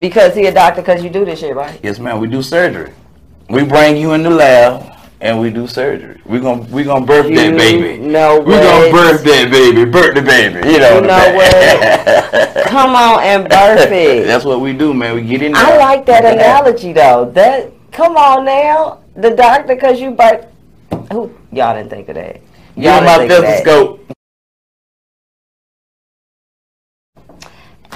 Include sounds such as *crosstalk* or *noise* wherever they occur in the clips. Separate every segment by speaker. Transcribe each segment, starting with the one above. Speaker 1: Because he a doctor, because you do this shit, right?
Speaker 2: Yes, ma'am. We do surgery. We bring you in the lab and we do surgery. We gonna we gonna birth that
Speaker 1: You
Speaker 2: baby.
Speaker 1: know
Speaker 2: we gonna
Speaker 1: what?
Speaker 2: birth that baby. Birth the baby. You know.
Speaker 1: You
Speaker 2: the
Speaker 1: know
Speaker 2: ba- *laughs*
Speaker 1: Come on and birth it.
Speaker 2: That's what we do, man. We get in.
Speaker 1: I
Speaker 2: there.
Speaker 1: like that
Speaker 2: Yeah.
Speaker 1: analogy though. That come on now, the doctor, because you birth. Who y'all didn't think of that?
Speaker 2: Give me
Speaker 1: didn't
Speaker 2: my
Speaker 1: think of that.
Speaker 2: stethoscope.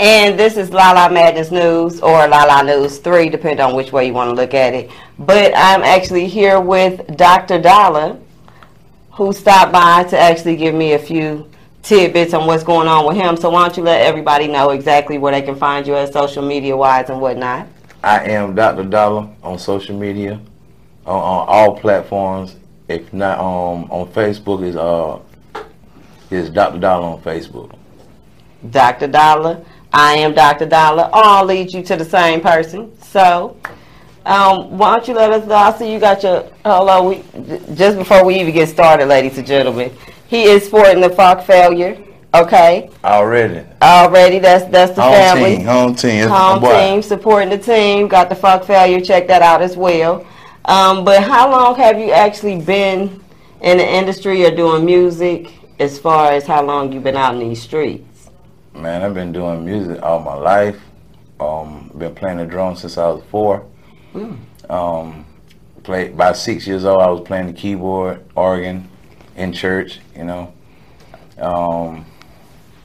Speaker 1: And this is La La Madness News or La La News 3, depending on which way you want to look at it. But I'm actually here with Dr. Dollar, who stopped by to actually give me a few tidbits on what's going on with him. So why don't you let everybody know exactly where they can find you at social media wise and whatnot.
Speaker 2: I am Dr. Dollar on social media, on, on all platforms. If not um, on Facebook, is uh is Dr. Dollar on Facebook.
Speaker 1: Dr. Dollar, I am Dr. Dollar, all lead you to the same person. So um, why don't you let us know? I see you got your hello. We, just before we even get started, ladies and gentlemen, he is sporting the fuck failure. Okay,
Speaker 2: Already.
Speaker 1: already that's that's the
Speaker 2: Home
Speaker 1: family
Speaker 2: team. Home team. It's
Speaker 1: home
Speaker 2: my boy.
Speaker 1: team supporting the team. Got the fuck failure. Check that out as well. Um, but how long have you actually been in the industry or doing music? As far as how long you've been out in these streets?
Speaker 2: Man, I've been doing music all my life. Um, been playing the drums since I was four. Um, played by six years old. I was playing the keyboard, organ, in church. You know, um,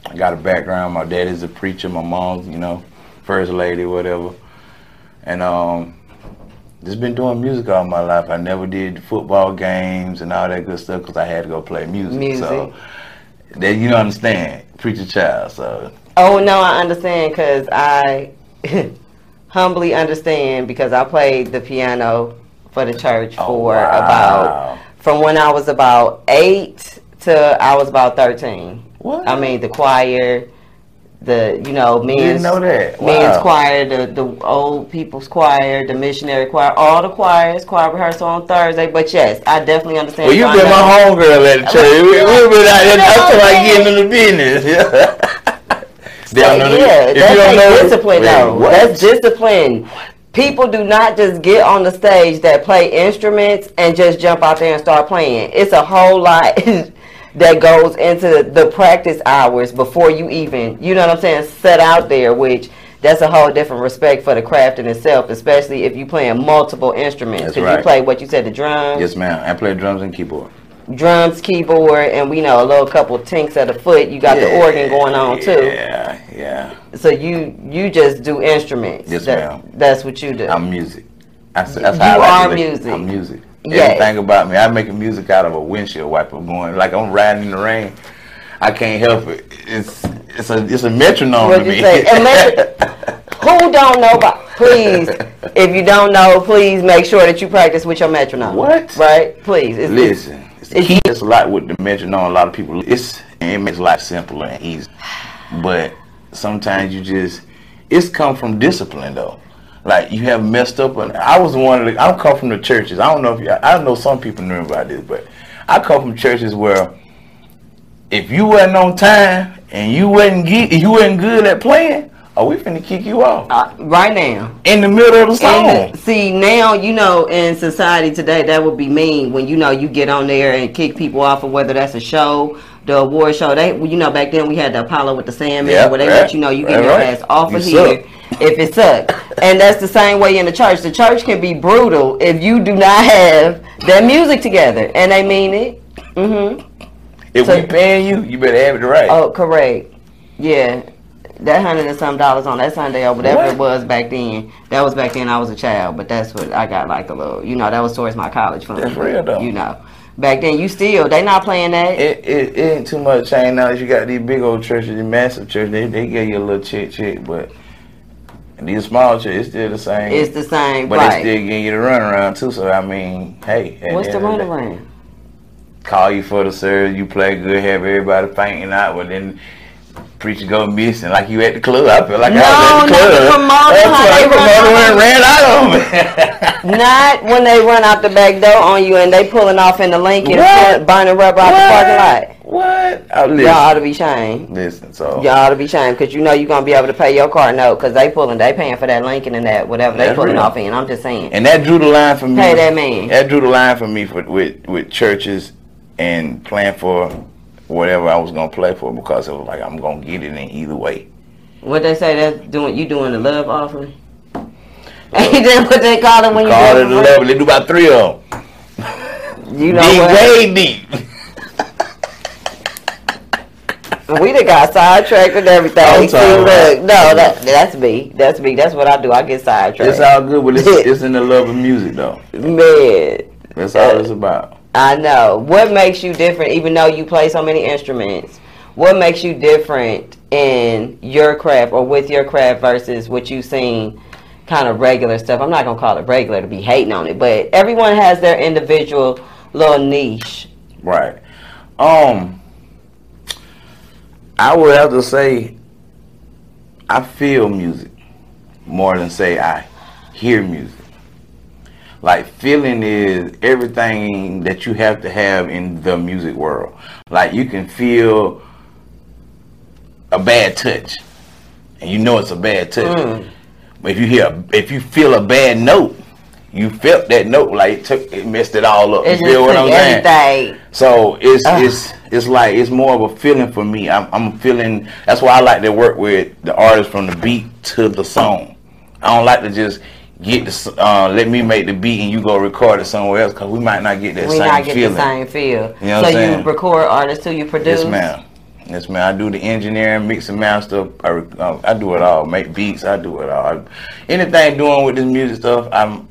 Speaker 2: I got a background. My dad is a preacher. My mom's, you know, first lady, whatever. And um, just been doing music all my life. I never did football games and all that good stuff because I had to go play music.
Speaker 1: Music.
Speaker 2: So that you understand, preacher child. So.
Speaker 1: Oh no, I understand because I *laughs* humbly understand because I played the piano for the church
Speaker 2: Oh,
Speaker 1: for
Speaker 2: wow.
Speaker 1: about from when I was about eight to I was about thirteen.
Speaker 2: What?
Speaker 1: I mean the choir, the you know men's
Speaker 2: Didn't know that.
Speaker 1: men's
Speaker 2: Wow.
Speaker 1: choir, the the old people's choir, the missionary choir, all the choirs, choir rehearsal on Thursday. But yes, I definitely understand.
Speaker 2: Well, you
Speaker 1: so I
Speaker 2: been my
Speaker 1: know-
Speaker 2: homegirl at
Speaker 1: *laughs*
Speaker 2: the church. We, we been out there. That's why I get in the business. *laughs*
Speaker 1: Yeah,
Speaker 2: Down on the-
Speaker 1: yeah,
Speaker 2: if you
Speaker 1: that's
Speaker 2: don't know-
Speaker 1: a discipline
Speaker 2: Wait,
Speaker 1: though.
Speaker 2: what?
Speaker 1: That's discipline. People do not just get on the stage that play instruments and just jump out there and start playing. It's a whole lot *laughs* that goes into the practice hours before you even, you know what I'm saying, set out there, which that's a whole different respect for the craft in itself, especially if you playing multiple instruments.
Speaker 2: That's
Speaker 1: 'Cause you
Speaker 2: right.
Speaker 1: play what you said, the drums,
Speaker 2: Yes, ma'am. I play drums and keyboard.
Speaker 1: drums, keyboard, and we know a little couple tinks of the foot. You got the organ going on too.
Speaker 2: Yeah, yeah.
Speaker 1: So you you just do instruments.
Speaker 2: Yes,
Speaker 1: That-
Speaker 2: ma'am.
Speaker 1: That's what you do.
Speaker 2: I'm music. That's, that's
Speaker 1: You
Speaker 2: how I like
Speaker 1: are
Speaker 2: to live.
Speaker 1: music.
Speaker 2: I'm music.
Speaker 1: Yes.
Speaker 2: Everything about me. I make music out of a windshield wiper going like I'm riding in the rain. I can't help it. It's it's a it's a metronome
Speaker 1: What'd
Speaker 2: to
Speaker 1: you
Speaker 2: me.
Speaker 1: say? A
Speaker 2: *laughs*
Speaker 1: metro- Who don't know about? Please, if you don't know, please make sure that you practice with your metronome.
Speaker 2: What?
Speaker 1: Right? Please. It's-
Speaker 2: Listen, it's the
Speaker 1: It's-
Speaker 2: key. It's a lot with the metronome. A lot of people, it's it makes life simpler and easy. But sometimes you just, it's come from discipline though. Like you have messed up, and I was one. Of the, I come from the churches. I don't know if you, I know some people knew about this, but I come from churches where if you wasn't on time and you wasn't ge- you wasn't good at playing, are we finna kick you off
Speaker 1: Uh, right now.
Speaker 2: in the middle of the song?
Speaker 1: And see now, you know, in society today, that would be mean when you know you get on there and kick people off, or whether that's a show, the award show. They, you know, back then we had the Apollo with the Sandman,
Speaker 2: Yeah,
Speaker 1: where they
Speaker 2: right,
Speaker 1: let you know you get
Speaker 2: right,
Speaker 1: your
Speaker 2: right.
Speaker 1: ass off of
Speaker 2: You suck.
Speaker 1: here if it sucks. and that's the same way in the church. The church can be brutal if you do not have that music together, and they mean it. Mm-hmm.
Speaker 2: if
Speaker 1: so-
Speaker 2: we paying you, you better have it right.
Speaker 1: Oh, correct. Yeah. That hundred and some dollars on that Sunday or whatever
Speaker 2: What?
Speaker 1: it was back then. That was back then I was a child, but that's what I got like a little you know, that was towards my college fund.
Speaker 2: That's real, though.
Speaker 1: You know. Back then you still they not playing that.
Speaker 2: it, it, it ain't too much change now. that You got these big old churches, these massive churches. They they give you a little chick chick, but these small churches it's still the same.
Speaker 1: It's the same
Speaker 2: but
Speaker 1: right.
Speaker 2: they still getting you the runaround too. So I mean, hey, at
Speaker 1: What's the
Speaker 2: end of day,
Speaker 1: runaround?
Speaker 2: Call you for the service. You play good, have everybody fainting out. But then preacher go missing like you at the club. I feel like
Speaker 1: No,
Speaker 2: I was at the
Speaker 1: not
Speaker 2: club.
Speaker 1: the promoter,
Speaker 2: That's
Speaker 1: how
Speaker 2: why
Speaker 1: they
Speaker 2: the
Speaker 1: run
Speaker 2: promoter
Speaker 1: out.
Speaker 2: went ran out on me.
Speaker 1: Not when they run out the back door on you and they pulling off in the Lincoln,
Speaker 2: What?
Speaker 1: burning rubber out the parking lot.
Speaker 2: *laughs* What? I listen. Oh.
Speaker 1: Y'all ought to be shamed.
Speaker 2: listen. So
Speaker 1: Y'all ought to be shamed because you know you're gonna be able to pay your car note because they pulling, they paying for that Lincoln and that whatever they
Speaker 2: That's
Speaker 1: pulling
Speaker 2: real.
Speaker 1: off in. I'm just saying.
Speaker 2: and that drew the line for me.
Speaker 1: Pay that man.
Speaker 2: That drew the line for me for with with churches and playing for whatever I was gonna play for because it was like I'm gonna get it in either way.
Speaker 1: What they say that's doing you doing the love offering. *laughs* Ain't that what they call it when you
Speaker 2: Call
Speaker 1: do
Speaker 2: it
Speaker 1: it
Speaker 2: a level. They do about three of them.
Speaker 1: You know
Speaker 2: deep,
Speaker 1: what?
Speaker 2: way deep.
Speaker 1: We done got sidetracked and everything.
Speaker 2: I'm
Speaker 1: See,
Speaker 2: sorry.
Speaker 1: look, no, that, that's me. That's me. That's what I do. I get sidetracked.
Speaker 2: It's all good, but *laughs* it's, it's in the love of music though.
Speaker 1: Man,
Speaker 2: That's all it's about.
Speaker 1: I know. What makes you different, even though you play so many instruments? What makes you different in your craft or with your craft versus what you've seen kind of regular stuff? I'm not going to call it regular to be hating on it, but everyone has their individual little niche.
Speaker 2: Right. Um, I would have to say I feel music more than say I hear music. Like feeling is everything that you have to have in the music world. Like you can feel a bad touch, and you know it's a bad touch.
Speaker 1: Mm.
Speaker 2: But if you hear, if you feel a bad note, you felt that note like it took, it messed it all up.
Speaker 1: It's
Speaker 2: you
Speaker 1: just
Speaker 2: feel what I'm
Speaker 1: took
Speaker 2: saying?
Speaker 1: everything.
Speaker 2: So it's
Speaker 1: Ugh.
Speaker 2: it's it's like it's more of a feeling for me. I'm I'm feeling. That's why I like to work with the artist from the beat to the song. I don't like to just get the s- uh, let me make the beat and you go record it somewhere else because we might not get that
Speaker 1: We
Speaker 2: same
Speaker 1: not get
Speaker 2: feeling.
Speaker 1: the same feel.
Speaker 2: You know what
Speaker 1: so
Speaker 2: I'm saying?
Speaker 1: you record artists who you produce.
Speaker 2: Yes, ma'am. Yes, ma'am. I do the engineering, mix and master. I, re- um, I do it all. Make beats. I do it all. I, anything doing with this music stuff, I'm.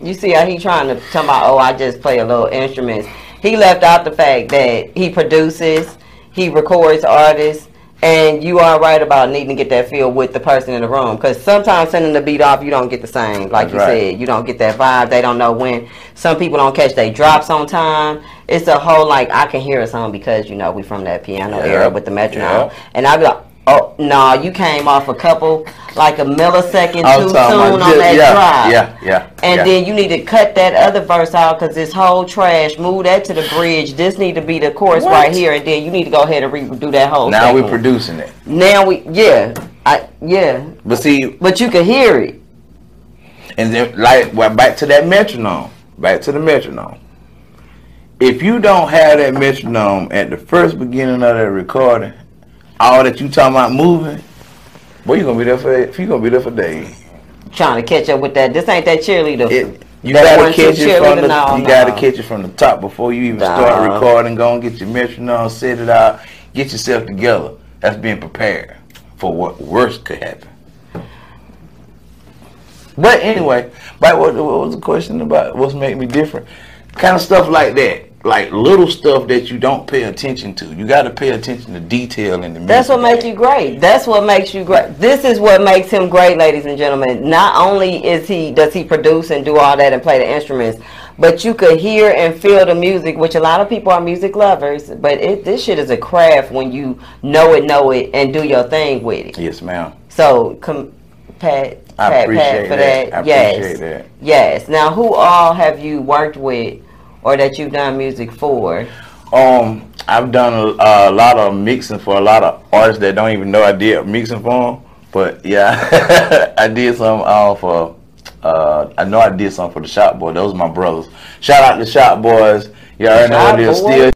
Speaker 1: You see how he trying to talk about, oh, I just play a little instruments. He left out the fact that he produces, he records artists, and you are right about needing to get that feel with the person in the room. Because sometimes sending the beat off, you don't get the same. Like
Speaker 2: That's
Speaker 1: you
Speaker 2: right.
Speaker 1: said, you don't get that vibe. They don't know when. Some people don't catch their drops on time. It's a whole like I can hear a song because you know we from that piano
Speaker 2: Yeah.
Speaker 1: era with the metronome,
Speaker 2: Yeah.
Speaker 1: and I be like. Oh no! you came off a couple, like a millisecond
Speaker 2: I'm
Speaker 1: too soon
Speaker 2: talking about
Speaker 1: on
Speaker 2: just-
Speaker 1: that
Speaker 2: yeah,
Speaker 1: drop.
Speaker 2: Yeah, yeah.
Speaker 1: And
Speaker 2: yeah.
Speaker 1: then you need to cut that other verse out because this whole trash. Move that to the bridge. This need to be the chorus
Speaker 2: What?
Speaker 1: right here, and then you need to go ahead and redo that whole.
Speaker 2: now we're
Speaker 1: segment.
Speaker 2: producing it.
Speaker 1: Now we, yeah, I, yeah,
Speaker 2: But see,
Speaker 1: but you can hear it.
Speaker 2: And then, like, well, back to that metronome. Back to the metronome. If you don't have that metronome at the first beginning of that recording, all that you talking about moving, boy, you gonna be there for you gonna be there for days.
Speaker 1: Trying to catch up with that. This ain't that cheerleader.
Speaker 2: It, you
Speaker 1: That
Speaker 2: gotta
Speaker 1: one, two
Speaker 2: catch it from the
Speaker 1: cheerleader, no,
Speaker 2: you
Speaker 1: no.
Speaker 2: gotta catch it from the top before you even start
Speaker 1: Nah.
Speaker 2: recording. Go and get your metronome, set it out, get yourself together. That's being prepared for what worse could happen. But anyway, but what, what was the question about? What's make me different? Kind of stuff like that, like little stuff that you don't pay attention to. You got to pay attention to detail in the.
Speaker 1: That's what
Speaker 2: music.
Speaker 1: makes you great. That's what makes you great. This is what makes him great, ladies and gentlemen. Not only is he does he produce and do all that and play the instruments, but you could hear and feel the music, which a lot of people are music lovers. But it, this shit is a craft when you know it, know it, and do your thing with it.
Speaker 2: Yes, ma'am.
Speaker 1: So, com- pat, pat,
Speaker 2: I
Speaker 1: pat
Speaker 2: appreciate
Speaker 1: for
Speaker 2: that.
Speaker 1: that.
Speaker 2: I
Speaker 1: yes,
Speaker 2: appreciate that.
Speaker 1: yes. Now, who all have you worked with, or that you've done music for?
Speaker 2: Um, I've done a, a lot of mixing for a lot of artists that don't even know I did mixing for them. But yeah, *laughs* I did some uh, for. Uh, I know I did some for the Shop Boy. Those are my brothers. Shout out to Shop Boys. Y'all already know
Speaker 1: Shop
Speaker 2: what it is.
Speaker 1: Boy.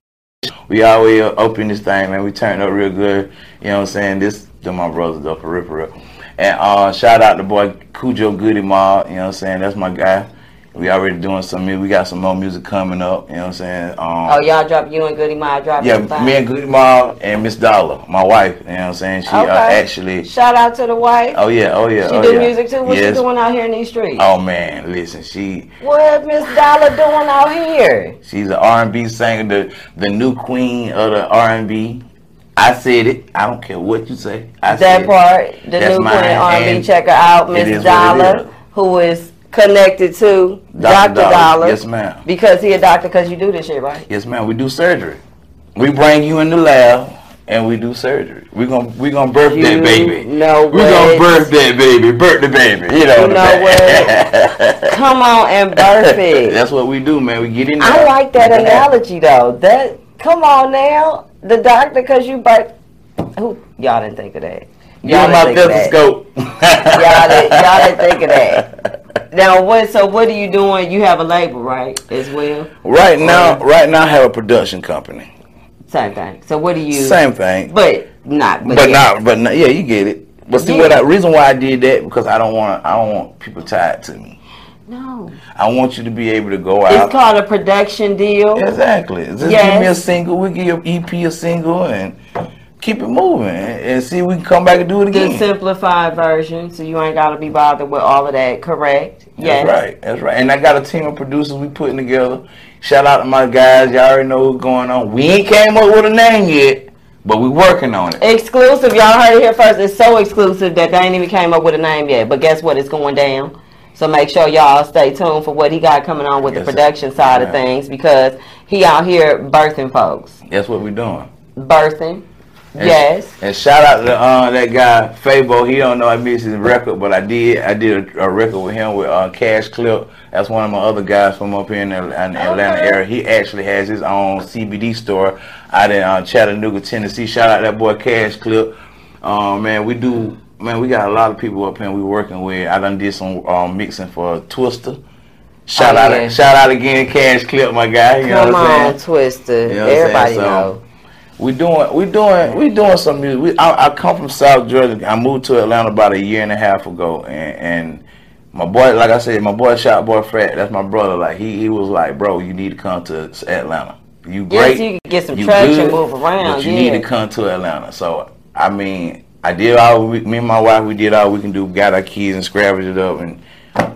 Speaker 2: Still, we always open this thing, man. We turned up real good. You know what I'm saying? This, them my brothers though, for real, for real. And uh, shout out to boy Cujo Goody Ma. You know what I'm saying? That's my guy. We already doing some. mu- We got some more music coming up. You know what I'm saying? Um,
Speaker 1: Oh, y'all drop you and Goody Ma drop.
Speaker 2: yeah,
Speaker 1: everybody.
Speaker 2: me and Goody Ma and Miss Dollar, my wife. You know what I'm saying? She uh,
Speaker 1: Okay.
Speaker 2: actually.
Speaker 1: Shout out to the wife.
Speaker 2: Oh yeah, oh yeah.
Speaker 1: She
Speaker 2: oh,
Speaker 1: do
Speaker 2: yeah.
Speaker 1: music too. What
Speaker 2: yes.
Speaker 1: she doing out here in these streets?
Speaker 2: Oh man, listen, she
Speaker 1: What Miss Dollar doing out here?
Speaker 2: she's an R&B singer, the the new queen of the R&B. I said it. I don't care what you say. I
Speaker 1: That
Speaker 2: said it.
Speaker 1: part, the
Speaker 2: That's
Speaker 1: new
Speaker 2: mine,
Speaker 1: Queen R&B
Speaker 2: and
Speaker 1: checker out,
Speaker 2: it
Speaker 1: Miss
Speaker 2: is what it is.
Speaker 1: Dollar, who is connected to Doctor
Speaker 2: Dollar.
Speaker 1: Dollar.
Speaker 2: Yes, ma'am.
Speaker 1: Because he a doctor, because you do this shit, right?
Speaker 2: Yes, ma'am. We do surgery. We bring you in the lab. and we do surgery. We gonna we gonna birth
Speaker 1: You
Speaker 2: that baby.
Speaker 1: know
Speaker 2: we
Speaker 1: what?
Speaker 2: gonna birth that baby. Birth the baby. You know,
Speaker 1: You
Speaker 2: the
Speaker 1: know
Speaker 2: ba- *laughs*
Speaker 1: Come on and birth it.
Speaker 2: That's what we do, man. We get in.
Speaker 1: I
Speaker 2: there.
Speaker 1: like that
Speaker 2: Yeah.
Speaker 1: analogy though. That come on now, the doctor, cause you birth. Who y'all didn't think of that?
Speaker 2: Get
Speaker 1: didn't
Speaker 2: my
Speaker 1: think of that.
Speaker 2: stethoscope. *laughs* y'all
Speaker 1: didn't- *laughs* y'all didn't think of that. Now what? So what are you doing? You have a label, right? As well.
Speaker 2: Right now, right now, I have a production company.
Speaker 1: Same thing. So what do you?
Speaker 2: Same thing,
Speaker 1: But not. But,
Speaker 2: but
Speaker 1: yeah.
Speaker 2: not, but not, yeah, you get it. But see,
Speaker 1: Yeah.
Speaker 2: what I, reason why I did that because I don't want I don't want people tied to me.
Speaker 1: No.
Speaker 2: I want you to be able to go out.
Speaker 1: It's called a production deal.
Speaker 2: Exactly. Just give me a
Speaker 1: Yes.
Speaker 2: single. We give your EP a single and keep it moving and and see if we can come back and do
Speaker 1: The
Speaker 2: it again.
Speaker 1: simplified version, so you ain't gotta be bothered with all of that. Correct. Yes.
Speaker 2: That's right. That's right. And I got a team of producers we putting together. Shout out to my guys. Y'all already know what's going on. We ain't came up with a name yet, but we working on it.
Speaker 1: Exclusive. Y'all heard it here first. It's so exclusive that they ain't even came up with a name yet. But guess what? It's going down. So make sure y'all stay tuned for what he got coming on with
Speaker 2: Yes,
Speaker 1: the
Speaker 2: sir.
Speaker 1: production side of
Speaker 2: Yeah.
Speaker 1: things because he out here birthing folks.
Speaker 2: That's what we doing.
Speaker 1: Birthing.
Speaker 2: And-
Speaker 1: Yes.
Speaker 2: And shout out to uh, that guy Fabo. He don't know I missed his record, but I did. I did a, a record with him with uh, Cash Clip. That's one of my other guys from up here in the, in the Atlanta
Speaker 1: Okay.
Speaker 2: area. He actually has his own CBD store out in uh, Chattanooga, Tennessee. Shout out that boy Cash Clip. Uh, man, we do. Man, we got a lot of people up here we working with. I done did some um, mixing for Twister. Shout
Speaker 1: Oh,
Speaker 2: out!
Speaker 1: yeah.
Speaker 2: Shout out again, Cash Clip, my guy. You know
Speaker 1: Come
Speaker 2: what I'm saying?
Speaker 1: on, Twister.
Speaker 2: You know what I'm saying?
Speaker 1: Everybody
Speaker 2: So-
Speaker 1: know.
Speaker 2: We doing, we doing, we doing some music. We, I, I come from South Georgia. I moved to Atlanta about a year and a half ago, and, and my boy, like I said, my boy Shot Boy Fred, that's my brother. Like he, he was like, bro, you need to come to Atlanta. You
Speaker 1: Yes,
Speaker 2: great,
Speaker 1: you can get some
Speaker 2: you
Speaker 1: traction,
Speaker 2: good,
Speaker 1: move around.
Speaker 2: but you
Speaker 1: yeah.
Speaker 2: need to come to Atlanta. So I mean, I did all we, me and my wife. We did all we can do. Got our keys and scrapped it up, and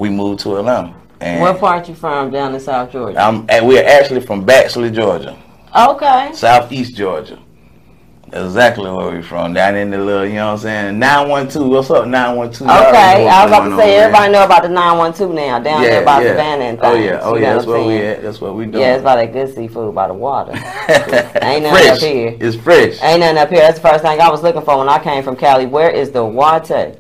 Speaker 2: we moved to Atlanta. And
Speaker 1: What part you from down in South Georgia?
Speaker 2: I'm, and we're actually from Baxley, Georgia.
Speaker 1: okay.
Speaker 2: Southeast Georgia. Exactly where we from. Down in the little, you know what I'm saying? 912. What's up, 912? Y'all already know
Speaker 1: Okay,
Speaker 2: what's
Speaker 1: I was about
Speaker 2: going
Speaker 1: to
Speaker 2: on
Speaker 1: say
Speaker 2: over
Speaker 1: everybody
Speaker 2: there.
Speaker 1: know about the 912 now down there by Savannah and things.
Speaker 2: Oh, yeah. Oh,
Speaker 1: you
Speaker 2: yeah.
Speaker 1: know
Speaker 2: That's
Speaker 1: what I'm
Speaker 2: where we
Speaker 1: saying?
Speaker 2: at. That's what we doing.
Speaker 1: Yeah, it's by that good seafood by the water.
Speaker 2: *laughs*
Speaker 1: Ain't nothing
Speaker 2: fresh.
Speaker 1: up here.
Speaker 2: It's fresh.
Speaker 1: Ain't nothing up here. That's the first thing I was looking for when I came from Cali. Where is the water?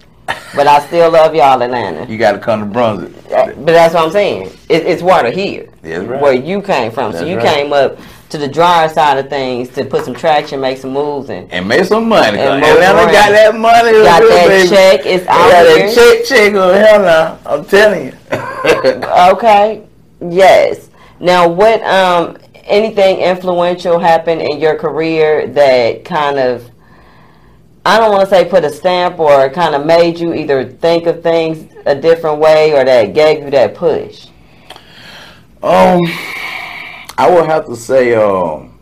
Speaker 1: But I still love y'all,
Speaker 2: *laughs*
Speaker 1: Atlanta.
Speaker 2: you got to come to Brunswick.
Speaker 1: Uh, But that's what I'm saying. It, it's water here,
Speaker 2: That's right.
Speaker 1: where you came from. so
Speaker 2: That's
Speaker 1: you
Speaker 2: right.
Speaker 1: came up to the drier side of things to put some traction, make some moves,
Speaker 2: *laughs*
Speaker 1: and
Speaker 2: and make some money. 'cause
Speaker 1: And move
Speaker 2: Atlanta
Speaker 1: around.
Speaker 2: got that money.
Speaker 1: got
Speaker 2: good,
Speaker 1: that
Speaker 2: baby.
Speaker 1: check. It's
Speaker 2: They
Speaker 1: out
Speaker 2: got
Speaker 1: here.
Speaker 2: that check, check. Oh, hell no. I'm telling you. *laughs*
Speaker 1: Okay. Yes. Now, what um anything influential happened in your career that kind of I don't want to say put a stamp or kind of made you either think of things a different way or that gave you that push.
Speaker 2: Um, I would have to say, um,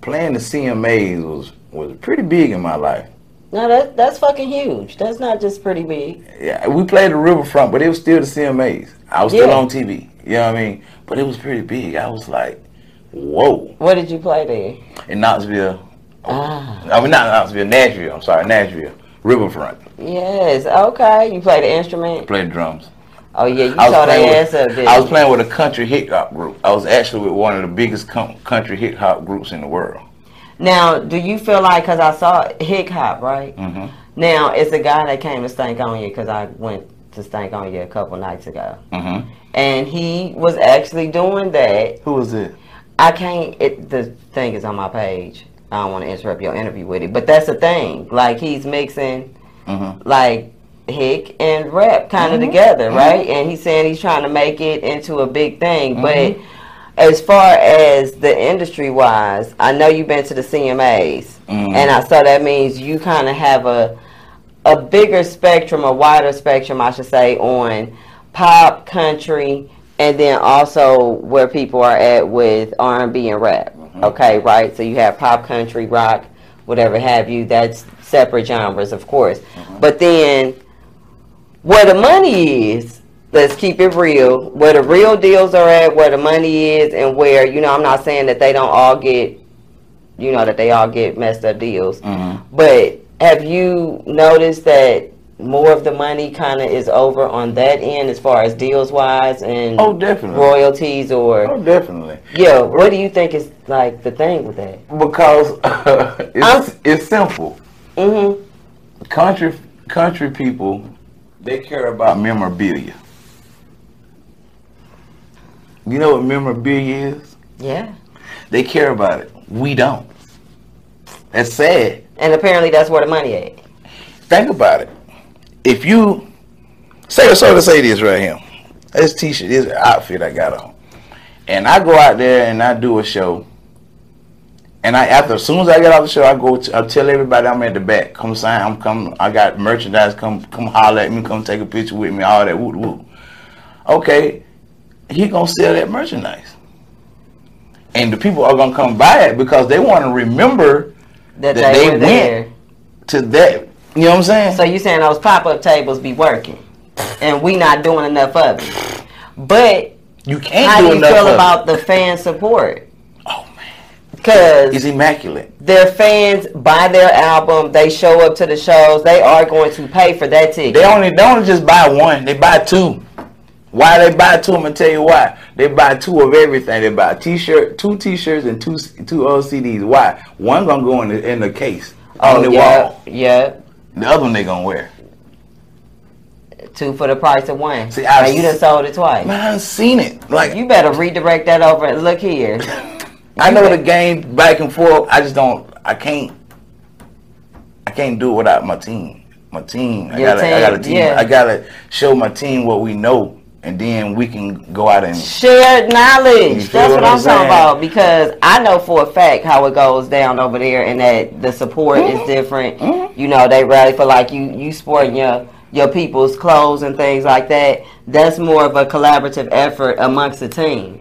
Speaker 2: playing the CMAs was was pretty big in my life.
Speaker 1: No, that that's fucking huge. That's not just pretty big.
Speaker 2: Yeah, we played the Riverfront, but it was still the CMAs. I was still
Speaker 1: Yeah.
Speaker 2: on TV. You know what I mean? But it was pretty big. I was like, whoa!
Speaker 1: What did you play there?
Speaker 2: In Knoxville,
Speaker 1: Ah,
Speaker 2: I mean not Knoxville, Nashville. I'm sorry, Nashville. Riverfront.
Speaker 1: yes. Okay, you played the instrument.
Speaker 2: Played drums.
Speaker 1: Oh yeah, you
Speaker 2: I was,
Speaker 1: saw that
Speaker 2: playing
Speaker 1: ass
Speaker 2: with,
Speaker 1: up. didn't
Speaker 2: I was
Speaker 1: you?
Speaker 2: playing with a country hip hop group. I was actually with one of the biggest com- country hip hop groups in the world.
Speaker 1: Now, do you feel like because I saw hip hop right?
Speaker 2: Mhm.
Speaker 1: Now it's a guy that came to stank on you because I went to stank on you a couple nights ago,
Speaker 2: Mm-hmm.
Speaker 1: and he was actually doing that.
Speaker 2: Who was it?
Speaker 1: I can't. It, the thing is on my page. I don't want to interrupt your interview with it, but that's the thing. Like he's mixing
Speaker 2: Mhm.
Speaker 1: like hick and rap kind of together, right? And he's saying he's trying to make it into a big thing, but. As far as the industry wise, I know you've been to the CMAs,
Speaker 2: Mhm.
Speaker 1: and I, so that means you kind of have a a bigger spectrum, a wider spectrum, I should say, on pop, country, and then also where people are at with R and B and rap. Okay, right. So you have pop, country, rock, whatever have you. That's separate genres, of course. But then where the money is. Let's keep it real. Where the real deals are at, where the money is, and where you know, I'm not saying that they don't all get, you
Speaker 2: Mm.
Speaker 1: know, that they all get messed up deals.
Speaker 2: Mm-hmm.
Speaker 1: But have you noticed that more of the money kind of is over on that end as far as deals wise and
Speaker 2: Oh, definitely.
Speaker 1: royalties or
Speaker 2: Oh, definitely.
Speaker 1: yeah. What do you think is like the thing with that?
Speaker 2: Because *laughs*
Speaker 1: I'm-
Speaker 2: it's, it's simple.
Speaker 1: Mm-hmm.
Speaker 2: Country country people, they care about memorabilia. You know what memorabilia is?
Speaker 1: Yeah.
Speaker 2: They care about it. We don't. That's sad.
Speaker 1: And apparently that's where the money at.
Speaker 2: Think about it. If you say so to say this right here, this t-shirt, this outfit I got on, and I go out there and I do a show, and I after as soon as I get off the show, I go to, I tell everybody I'm at the back. Come sign. I'm coming. I got merchandise. Come come holler at me. Come take a picture with me. All that. Woo woo. Okay, he gonna sell that merchandise, and the people are gonna come buy it because they want to remember
Speaker 1: That,
Speaker 2: That
Speaker 1: they,
Speaker 2: they
Speaker 1: were
Speaker 2: went.
Speaker 1: there.
Speaker 2: to that. You know what I'm saying?
Speaker 1: So you saying those pop up tables be working, and we not doing enough of it. But
Speaker 2: you can't
Speaker 1: how
Speaker 2: do,
Speaker 1: do you
Speaker 2: enough of
Speaker 1: feel
Speaker 2: it.
Speaker 1: about the fan support?
Speaker 2: Oh man,
Speaker 1: Because
Speaker 2: it's immaculate.
Speaker 1: their fans buy their album, they show up to the shows, they are going to pay for that ticket.
Speaker 2: They only they only just buy one. They buy two. Why they buy two? I'm gonna tell you why. They buy two of everything. They buy a t-shirt, two t-shirts, and two two old CDs. Why? One gonna go in the in the case on the
Speaker 1: Oh, yeah,
Speaker 2: wall.
Speaker 1: yeah.
Speaker 2: The other one they gonna wear.
Speaker 1: Two for the price of one.
Speaker 2: See, I've
Speaker 1: Now, you done
Speaker 2: s-
Speaker 1: sold it twice.
Speaker 2: Man, I done seen it. Like
Speaker 1: You better redirect that over and look here.
Speaker 2: I know the game back and forth. I just don't. I can't. I can't do it without my team. My team. I
Speaker 1: Your
Speaker 2: gotta. I
Speaker 1: team,
Speaker 2: gotta team.
Speaker 1: yeah.
Speaker 2: I gotta show my team what we know, and then we can go out and
Speaker 1: Shared
Speaker 2: You
Speaker 1: knowledge.
Speaker 2: feel
Speaker 1: That's what I'm
Speaker 2: what I'm
Speaker 1: talking
Speaker 2: saying?
Speaker 1: about because I know for a fact how it goes down over there, and that the support is different.
Speaker 2: Mhm.
Speaker 1: You know, they rally for like you, you sporting your your people's clothes and things like that. That's more of a collaborative effort amongst the team.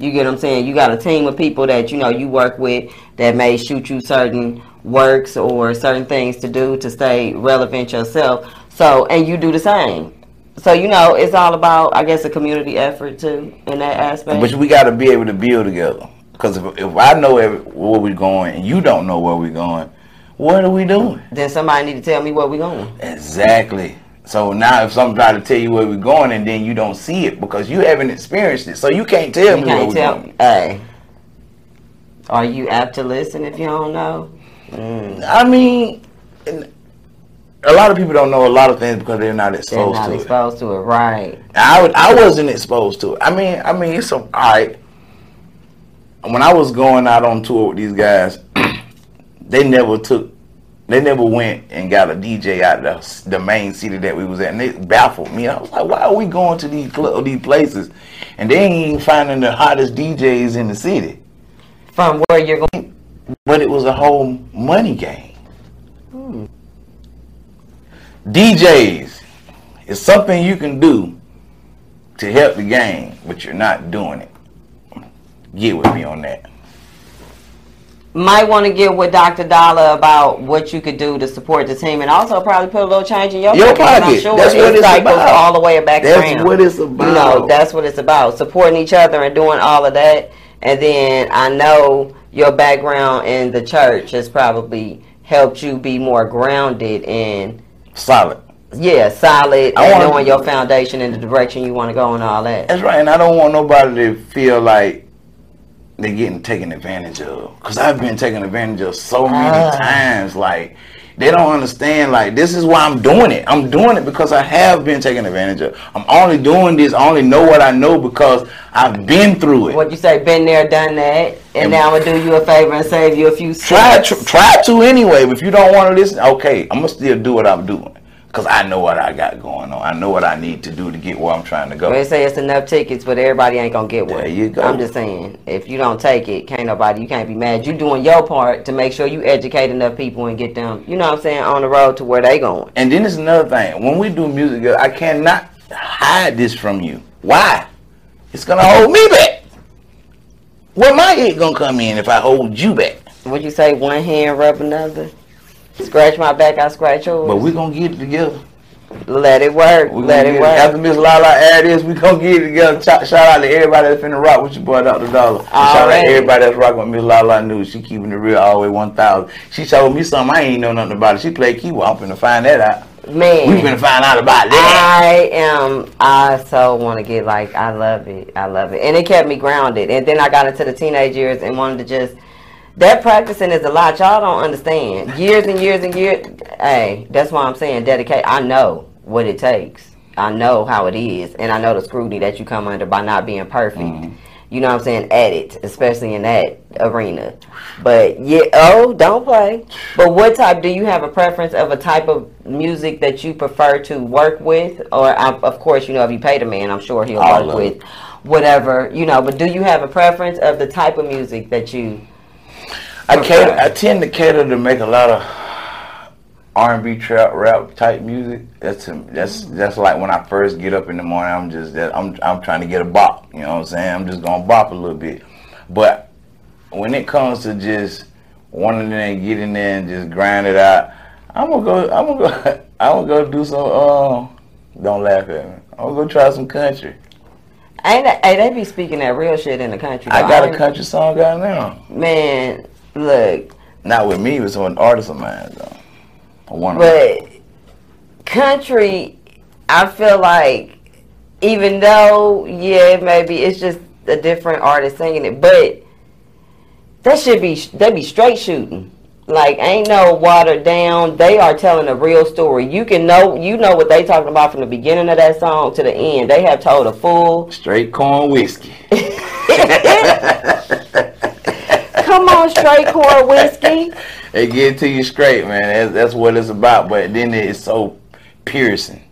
Speaker 1: You get what I'm saying? You got a team of people that you know you work with that may shoot you certain works or certain things to do to stay relevant yourself. So, and you do the same. So, you know, it's all about, I guess, a community effort too in that aspect.
Speaker 2: But we got to be able to build together. Because if, if I know every, where we're going and you don't know where we're going, what are we doing?
Speaker 1: then somebody need to tell me where we going.
Speaker 2: Exactly. So now if somebody try to tell you where we're going and then you don't see it because you haven't experienced it, so you can't tell
Speaker 1: You
Speaker 2: me where
Speaker 1: can't
Speaker 2: we're
Speaker 1: tell
Speaker 2: going.
Speaker 1: Hey, are you apt to listen if you don't know?
Speaker 2: I mean, and a lot of people don't know a lot of things because they're not
Speaker 1: They're
Speaker 2: exposed
Speaker 1: not
Speaker 2: to it.
Speaker 1: exposed to it, right?
Speaker 2: I would- I wasn't exposed to it. I mean, I mean, it's a, all right. When I was going out on tour with these guys, *clears throat* they never took, they never went and got a DJ out of the, the main city that we was at, and it baffled me. I was like, why are we going to these cl- these places, and they ain't even finding the hottest DJs in the city?
Speaker 1: From where you're going.
Speaker 2: But it was a whole money game. DJs is something you can do to help the game, but you're not doing it. Get with me on that.
Speaker 1: might want to get with Dr. Dollar about what you could do to support the team and also probably put a little change in your,
Speaker 2: Your
Speaker 1: pocket. 'cause I'm
Speaker 2: pocket.
Speaker 1: sure
Speaker 2: That's
Speaker 1: it
Speaker 2: what it's
Speaker 1: cycles
Speaker 2: about.
Speaker 1: all the way back
Speaker 2: That's
Speaker 1: around.
Speaker 2: what it's
Speaker 1: You know,
Speaker 2: about.
Speaker 1: that's what it's about. Supporting each other and doing all of that. And then I know your background in the church has probably helped you be more grounded in
Speaker 2: Solid.
Speaker 1: yeah, solid
Speaker 2: I
Speaker 1: and
Speaker 2: wanna-
Speaker 1: knowing your foundation and the direction you want to go and all that.
Speaker 2: That's right, and I don't want nobody to feel like they're getting taken advantage of. Cause I've been taken advantage of so many
Speaker 1: Ah.
Speaker 2: times. Like they don't understand. Like this is why I'm doing it. I'm doing it because I have been taken advantage of. I'm only doing this. I only know what I know because I've been through it.
Speaker 1: What you say, been there, done that, and,
Speaker 2: And-
Speaker 1: now I'm gonna do you a favor and save you a few
Speaker 2: try
Speaker 1: steps.
Speaker 2: tr- try to anyway. But if you don't want to listen, okay, I'm gonna still do what I'm doing because I know what I got going on. I know what I need to do to get where I'm trying to go.
Speaker 1: They say it's enough tickets, but everybody ain't gonna get one.
Speaker 2: There you go.
Speaker 1: I'm just saying, if you don't take it, can't nobody. You can't be mad. You doing your part to make sure you educate enough people and get them. You know what I'm saying on the road to where they going.
Speaker 2: And then it's another thing. When we do music, girl, I cannot hide this from you. Why? It's gonna hold me back. Where my head gonna come in if I hold you back?
Speaker 1: Would you say one hand rub another? Scratch my back, I scratch yours.
Speaker 2: But we gonna get it together.
Speaker 1: let it work.
Speaker 2: We
Speaker 1: let
Speaker 2: gonna
Speaker 1: it
Speaker 2: get
Speaker 1: work.
Speaker 2: After Miss Lala add this, we gonna get it together. Shout, shout out to everybody that's finna rock with your boy Dr. Dollar. And Shout out
Speaker 1: Alright.
Speaker 2: to everybody that's rocking with Miss Lala News. She keeping it real all the way 1,000. She told me something I ain't know nothing about it. She played keyboard. I'm finna find that out.
Speaker 1: man.
Speaker 2: We gonna find out about that.
Speaker 1: I am. I so want to get like. I love it. I love it, and it kept me grounded. And then I got into the teenage years and wanted to just. That practicing is a lot. Y'all don't understand. Years and years and years. Hey, that's why I'm saying dedicate. I know what it takes. I know how it is, and I know the scrutiny that you come under by not being perfect. You know what I'm saying? At it, especially in that arena. But yeah, oh, don't play. But what type? Do you have a preference of a type of music that you prefer to work with, or I, of course, you know, if you paid a man, I'm sure he'll
Speaker 2: All
Speaker 1: work
Speaker 2: of it.
Speaker 1: with whatever you know. But do you have a preference of the type of music that you?
Speaker 2: I cater, I tend to cater to make a lot of R and B trap rap type music. That's that's that's like when I first get up in the morning. I'm just that I'm I'm trying to get a bop. You know what I'm saying? I'm just gonna bop a little bit. But when it comes to just wanting to get in there and just grind it out, I'm gonna go. I'm gonna go. *laughs* I'm gonna go do some. Um, don't laugh at me. I'm gonna go try some country.
Speaker 1: Ain't that, hey, they be speaking that real shit in the country.
Speaker 2: I
Speaker 1: though.
Speaker 2: got a
Speaker 1: ain't-
Speaker 2: country song out now.
Speaker 1: man. Look,
Speaker 2: Not with me. It was with an artist of mine though. One of them.
Speaker 1: but country, I feel like even though yeah, it may be it's just a different artist singing it, but that should be they be straight shooting. Like ain't no watered down. They are telling a real story. You can know you know what they talking about from the beginning of that song to the end. They have told a full.
Speaker 2: Straight corn whiskey.
Speaker 1: Come on, straight core whiskey.
Speaker 2: *laughs* They get it to you straight, man. That's, that's what it's about. But then it's so piercing.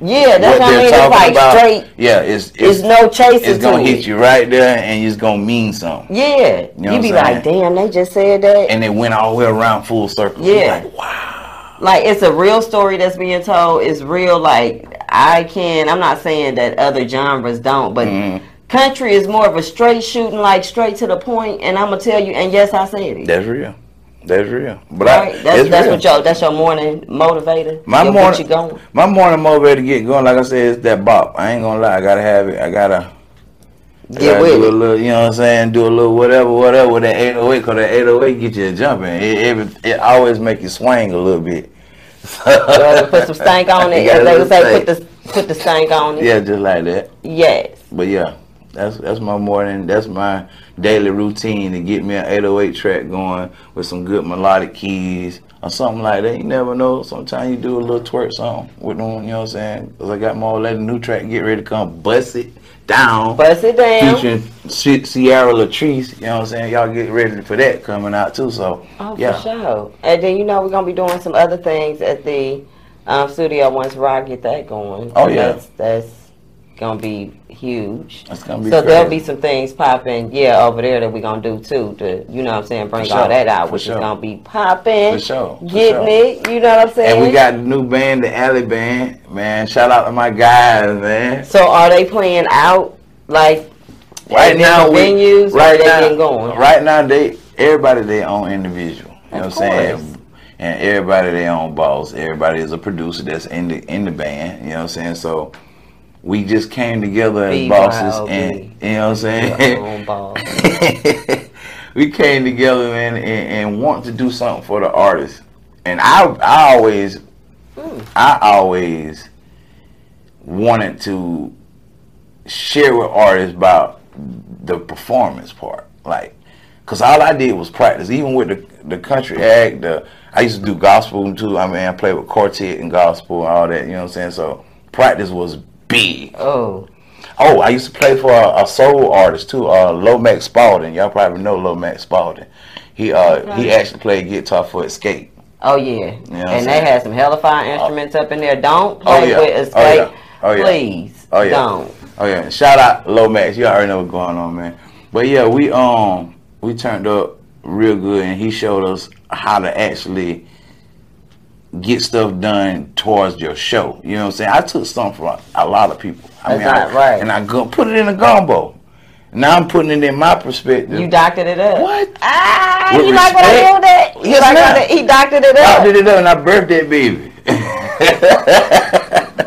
Speaker 1: Yeah, that's what I mean. It's like straight.
Speaker 2: Yeah, it's
Speaker 1: It's
Speaker 2: it's,
Speaker 1: no chasing.
Speaker 2: it's gonna
Speaker 1: to
Speaker 2: hit
Speaker 1: it.
Speaker 2: you right there, and it's gonna mean something.
Speaker 1: Yeah, you,
Speaker 2: know what I'm
Speaker 1: be
Speaker 2: saying?
Speaker 1: like, damn, they just said that.
Speaker 2: And it went all the way around full circle. You
Speaker 1: Yeah.
Speaker 2: like, wow.
Speaker 1: like it's a real story that's being told. It's real. Like I can. I'm not saying that other genres don't, but
Speaker 2: Mm-hmm.
Speaker 1: country is more of a straight shooting, like straight to the point, And I'm gonna tell you. And yes, I said it.
Speaker 2: That's real. That's real. But I,
Speaker 1: right. That's
Speaker 2: it's
Speaker 1: that's
Speaker 2: real.
Speaker 1: what your that's your morning motivator.
Speaker 2: My
Speaker 1: It'll get
Speaker 2: morning-
Speaker 1: you going.
Speaker 2: My morning motivator to get going, like I said, it's that bop. I ain't gonna lie. I gotta have it. I gotta
Speaker 1: Get
Speaker 2: gotta
Speaker 1: with
Speaker 2: do
Speaker 1: it.
Speaker 2: a little, you know what I'm saying? Do a little whatever, whatever with that 808, cause that 808 get you jumping. It, it, it always make you swing a little bit.
Speaker 1: Well,
Speaker 2: *laughs*
Speaker 1: put some stank on it.
Speaker 2: You
Speaker 1: As
Speaker 2: gotta
Speaker 1: they would say,
Speaker 2: stank.
Speaker 1: put the put the stank on it.
Speaker 2: Yeah, just like that.
Speaker 1: Yes.
Speaker 2: But yeah, that's that's my morning. That's my daily routine to get me an 808 track going with some good melodic keys or something like that. You never know. Sometimes you do a little twerk song with them. You know what I'm saying? Cause I got my old lady new track. Get ready to come bust it down.
Speaker 1: Bust it down.
Speaker 2: featuring Ci- Ciara Latrice. You know what I'm saying? Y'all get ready for that coming out too. So
Speaker 1: Oh,
Speaker 2: yeah,
Speaker 1: for sure. And then you know we're gonna be doing some other things at the um, studio once Rob get that going.
Speaker 2: Oh, yeah.
Speaker 1: that's, that's gonna be huge.
Speaker 2: that's gonna be
Speaker 1: so
Speaker 2: crazy.
Speaker 1: there'll be some things popping, yeah, over there that we're gonna do too. To you know what I'm saying, bring
Speaker 2: For
Speaker 1: all
Speaker 2: sure.
Speaker 1: that out,
Speaker 2: For
Speaker 1: which
Speaker 2: sure.
Speaker 1: is gonna be popping,
Speaker 2: For sure. For
Speaker 1: getting
Speaker 2: sure.
Speaker 1: it. You know what I'm saying?
Speaker 2: And we got the new band, the Alley Band. Man, shout out to my guys, man.
Speaker 1: so are they playing out like
Speaker 2: Right
Speaker 1: at
Speaker 2: now, we
Speaker 1: different venues? or
Speaker 2: right
Speaker 1: they
Speaker 2: now,
Speaker 1: getting
Speaker 2: *laughs*
Speaker 1: going.
Speaker 2: right now they everybody they own individual. You know
Speaker 1: Of
Speaker 2: what I'm
Speaker 1: course.
Speaker 2: saying? And everybody they own boss. Everybody is a producer that's in the in the band. You know what I'm saying? So we just came together as bosses,
Speaker 1: BYOB.
Speaker 2: and you know what I'm saying?
Speaker 1: Your own ball.
Speaker 2: *laughs* we came together man, and, and want to do something for the artist. And I I always I always wanted to share with artists about the performance part. Like cause all I did was practice. Even with the the country act, the I used to do gospel too. I mean I played with quartet and gospel and all that, you know what I'm saying? So practice was big.
Speaker 1: Oh,
Speaker 2: Oh, I used to play for a, a soul artist too, uh, Lomax Spalding. Y'all probably know Lomax Spalding. He uh he actually played guitar for Escape.
Speaker 1: Oh yeah,
Speaker 2: what I'm
Speaker 1: and they
Speaker 2: saying?
Speaker 1: had some hella fire instruments up in there. Don't play
Speaker 2: yeah.
Speaker 1: with
Speaker 2: Oh,
Speaker 1: escape,
Speaker 2: yeah. Oh, yeah.
Speaker 1: please.
Speaker 2: Oh, yeah.
Speaker 1: Don't.
Speaker 2: Oh yeah, shout out Lomax. You already know what's going on, man. But yeah, we um we turned up real good, and he showed us how to actually get stuff done towards your show. You know what I'm saying? I took something from a lot of people. I
Speaker 1: That's right,
Speaker 2: I-
Speaker 1: right.
Speaker 2: And I go, put it in a gumbo. Now I'm putting it in my perspective.
Speaker 1: You doctored it up.
Speaker 2: what?
Speaker 1: Ah,
Speaker 2: With
Speaker 1: you like what I
Speaker 2: respect.
Speaker 1: did that? You
Speaker 2: Yes,
Speaker 1: like
Speaker 2: ma'am.
Speaker 1: what I- he doctored it up.
Speaker 2: I did it up and I birthed that baby. *laughs* That's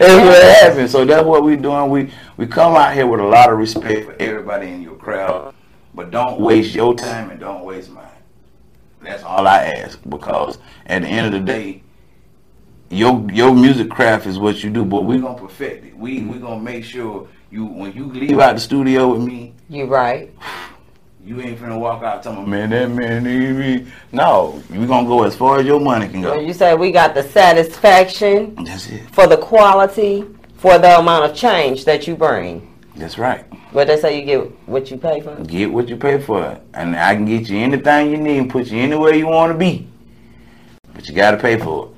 Speaker 2: what happened. So that's what we're doing. We we come out here with a lot of respect for everybody in your crowd, but don't waste your time and don't waste mine. That's all I ask because at the end of the day, your your music craft is what you do, but we're gonna perfect it. We we gonna make sure you when you leave out the studio with me,
Speaker 1: You right.
Speaker 2: you ain't finna walk out telling me, man, that man need me. No, we gonna go as far as your money can
Speaker 1: When
Speaker 2: go.
Speaker 1: you say we got the satisfaction
Speaker 2: That's it.
Speaker 1: for the quality, for the amount of change that you bring.
Speaker 2: That's right.
Speaker 1: But they say you get what you pay for.
Speaker 2: Get what you pay for, and I can get you anything you need and put you anywhere you want to be. But you gotta pay for it.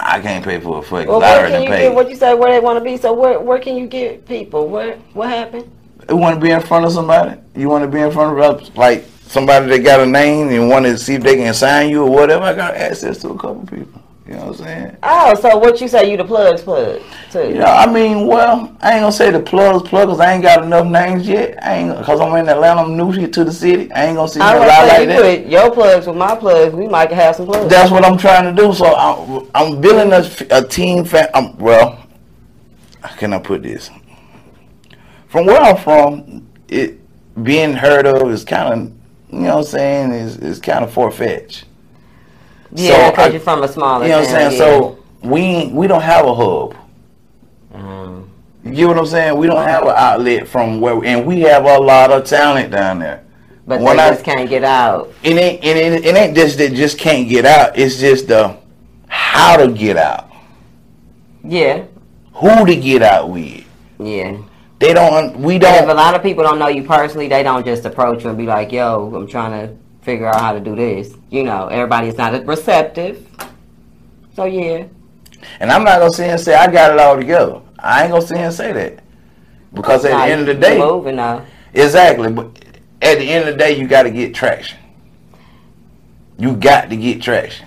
Speaker 2: I can't pay for it for you. 'cause
Speaker 1: Well,
Speaker 2: I
Speaker 1: where can
Speaker 2: already
Speaker 1: you
Speaker 2: paid.
Speaker 1: get? What you say? Where they want to be? So where where can you get people? What what happened?
Speaker 2: You want to be in front of somebody? You want to be in front of like somebody that got a name and want to see if they can sign you or whatever? I got access to a couple people. You know what I'm saying?
Speaker 1: Oh, so what you say? You the plugs plug too?
Speaker 2: Yeah, I mean, well, I ain't gonna say the plugs, pluggers. I ain't got enough names yet. I ain't cause I'm in Atlanta. I'm new here to the city. I ain't gonna see
Speaker 1: I
Speaker 2: a
Speaker 1: was
Speaker 2: lot
Speaker 1: say
Speaker 2: like
Speaker 1: you
Speaker 2: that.
Speaker 1: put your plugs with my plugs. We might have some plugs.
Speaker 2: That's what I'm trying to do. So I'm, I'm building a, a team. Fa- I'm, well, how can I put this? From where I'm from, it being heard of is kind of, you know what I'm saying, is, is kind of far fetched.
Speaker 1: yeah,
Speaker 2: so I-
Speaker 1: because you're from a smaller.
Speaker 2: You know what I'm
Speaker 1: town,
Speaker 2: saying? So we ain't- we don't have a hub.
Speaker 1: yeah. Um,
Speaker 2: You get what I'm saying? We don't have an outlet from where, and we have a lot of talent down there.
Speaker 1: but
Speaker 2: When
Speaker 1: they
Speaker 2: I-
Speaker 1: just can't get out.
Speaker 2: It ain't, it ain't, it ain't just that just can't get out. It's just the how to get out,
Speaker 1: Yeah,
Speaker 2: who to get out with.
Speaker 1: yeah.
Speaker 2: They don't. We
Speaker 1: If a
Speaker 2: don't.
Speaker 1: lot of people don't know you personally, they don't just approach you and be like, "Yo, I'm trying to figure out how to do this." You know, everybody's not as receptive. So yeah,
Speaker 2: And I'm not gonna sit here and say I got it all together. I ain't gonna sit here and say that because at
Speaker 1: Nah,
Speaker 2: the end of the
Speaker 1: you
Speaker 2: day,
Speaker 1: moving though.
Speaker 2: exactly. But at the end of the day, you got to get traction. You got to get traction.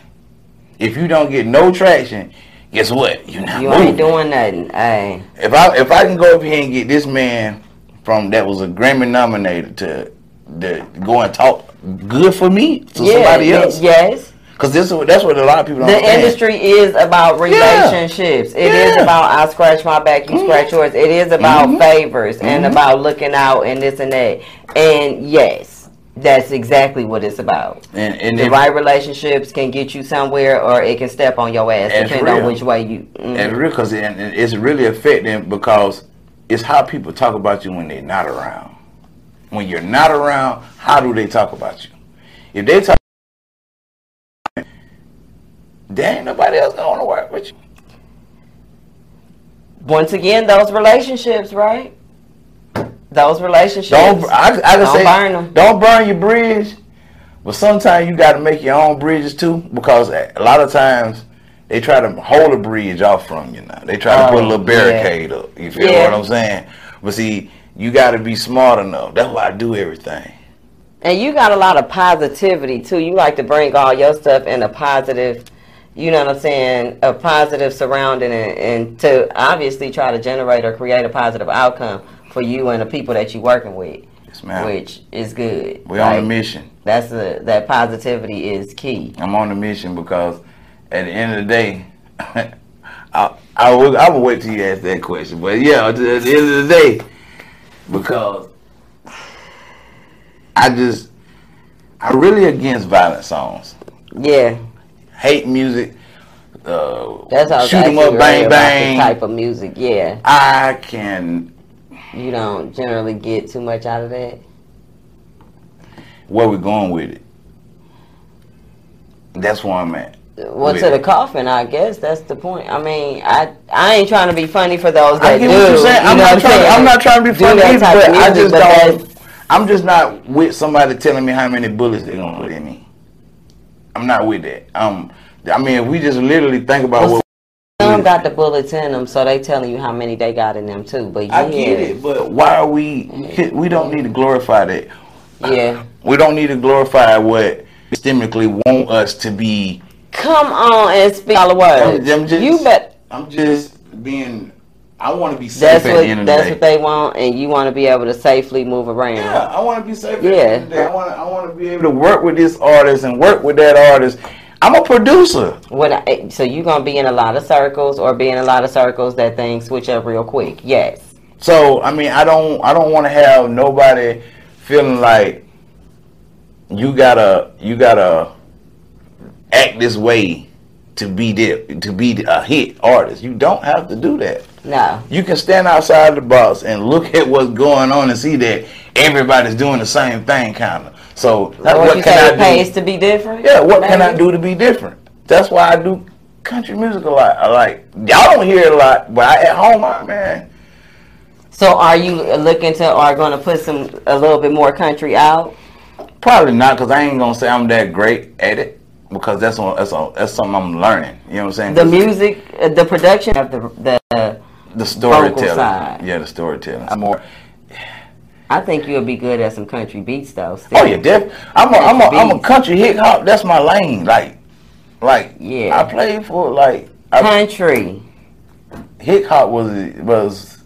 Speaker 2: If you don't get no traction, guess what? You're not
Speaker 1: You
Speaker 2: moving.
Speaker 1: ain't doing nothing. Hey,
Speaker 2: if I if I can go up here and get this man from that was a Grammy nominated to the go and talk good for me to
Speaker 1: yeah,
Speaker 2: somebody
Speaker 1: ye-
Speaker 2: else
Speaker 1: Yes,
Speaker 2: because this is what- that's what a lot of people don't
Speaker 1: the
Speaker 2: understand.
Speaker 1: industry is about
Speaker 2: Yeah.
Speaker 1: relationships. It is
Speaker 2: Yeah. Mm-hmm.
Speaker 1: about I scratch my back, you scratch yours. It is about
Speaker 2: Mhm.
Speaker 1: favors and
Speaker 2: Mhm.
Speaker 1: about looking out and this and that. And yes, that's exactly what it's about.
Speaker 2: and, and
Speaker 1: The
Speaker 2: if-
Speaker 1: right relationships can get you somewhere, or it can step on your ass,
Speaker 2: That's
Speaker 1: depending on
Speaker 2: real.
Speaker 1: which way you. mm.
Speaker 2: And real, cause it, and and it's really affecting because it's how people talk about you when they're not around. When you're not around, how do they talk about you? If they talk, there ain't nobody else going to work with you.
Speaker 1: Once again, those relationships, right? Those relationships.
Speaker 2: Don't I, I can
Speaker 1: Don't
Speaker 2: say
Speaker 1: burn 'em.
Speaker 2: don't burn your bridge, but sometimes you got to make your own bridges too because a a lot of times. They try to hold a bridge off from you now. They try to
Speaker 1: Oh,
Speaker 2: put a little
Speaker 1: yeah.
Speaker 2: barricade up. You feel
Speaker 1: Yeah.
Speaker 2: what I'm saying? But see, you got to be smart enough. That's why I do everything.
Speaker 1: And you got a lot of positivity too. You like to bring all your stuff in a positive, you know what I'm saying, a positive surrounding and, and to obviously try to generate or create a positive outcome for you and the people that you're working with,
Speaker 2: Yes, ma'am.
Speaker 1: which is good.
Speaker 2: We're on a
Speaker 1: Like,
Speaker 2: mission.
Speaker 1: That's the that positivity is key.
Speaker 2: I'm on a mission because at the end of the day, *laughs* I I will, I will wait till you ask that question. But yeah, at the at the end of the day, because I just I really against violent songs,
Speaker 1: Yeah,
Speaker 2: hate music, uh,
Speaker 1: that's how.
Speaker 2: shoot 'em up, bang bang.
Speaker 1: type of music. Yeah,
Speaker 2: I can
Speaker 1: you don't generally get too much out of that.
Speaker 2: where we going with it. That's where I'm at.
Speaker 1: Well,
Speaker 2: With
Speaker 1: to the
Speaker 2: it.
Speaker 1: coffin, I guess that's the point. I mean, I I ain't trying to be funny for those that
Speaker 2: I get
Speaker 1: do.
Speaker 2: what you're saying.
Speaker 1: you
Speaker 2: I'm
Speaker 1: know what
Speaker 2: not trying.
Speaker 1: saying?
Speaker 2: I'm not trying to be
Speaker 1: Do
Speaker 2: funny,
Speaker 1: that
Speaker 2: either,
Speaker 1: type
Speaker 2: but
Speaker 1: of
Speaker 2: I
Speaker 1: music,
Speaker 2: just
Speaker 1: but
Speaker 2: don't. I'm just not with somebody telling me how many bullets they're gonna put in me. I'm not with that. Um, I mean, if we just literally think about
Speaker 1: Well,
Speaker 2: what
Speaker 1: Some got the bullets in them, so they telling you how many they got in them too. But yeah,
Speaker 2: I get it, but why are we? We don't need to glorify that.
Speaker 1: yeah.
Speaker 2: We don't need to glorify what systemically want us to be.
Speaker 1: Come on and speak all the words.
Speaker 2: I'm just-
Speaker 1: you bet.
Speaker 2: I'm just being. I want to be safe
Speaker 1: That's
Speaker 2: at the end
Speaker 1: what
Speaker 2: of the
Speaker 1: that's
Speaker 2: day.
Speaker 1: what they want, and you want to be able to safely move around.
Speaker 2: Yeah, I want to be safe.
Speaker 1: Yeah.
Speaker 2: Yeah, I want. I want to be able to work with this artist and work with that artist. I'm a producer.
Speaker 1: What I, eh, so you gonna be in a lot of circles, or be in a lot of circles that things switch up real quick? Yes.
Speaker 2: So I mean, I don't I don't want to have nobody feeling like you gotta you gotta act this way to be there, to be a hit artist. You don't have to do that.
Speaker 1: No.
Speaker 2: You can stand outside the box and look at what's going on and see that everybody's doing the same thing, kind of. So
Speaker 1: Or
Speaker 2: what
Speaker 1: you
Speaker 2: can
Speaker 1: say
Speaker 2: I
Speaker 1: it
Speaker 2: do?
Speaker 1: pays to be different?
Speaker 2: Yeah, what can I
Speaker 1: Maybe.
Speaker 2: do to be different? That's why I do country music a lot. I like y'all don't hear it a lot, but I, at home, I, man,
Speaker 1: So are you looking to are going to put some a little bit more country out?
Speaker 2: probably not because I ain't gonna say I'm that great at it because that's on that's on that's something I'm learning. You know what I'm saying?
Speaker 1: The music, uh, the production of the the.
Speaker 2: the storytelling,
Speaker 1: side.
Speaker 2: yeah, the storytelling. I'm more,
Speaker 1: I think you'll be good at some country beats though. Still.
Speaker 2: oh yeah, def. I'm a I'm a I'm a
Speaker 1: Beats.
Speaker 2: country hip hop. That's my lane. Like, like
Speaker 1: Yeah.
Speaker 2: I played for like I,
Speaker 1: Country.
Speaker 2: hip hop was was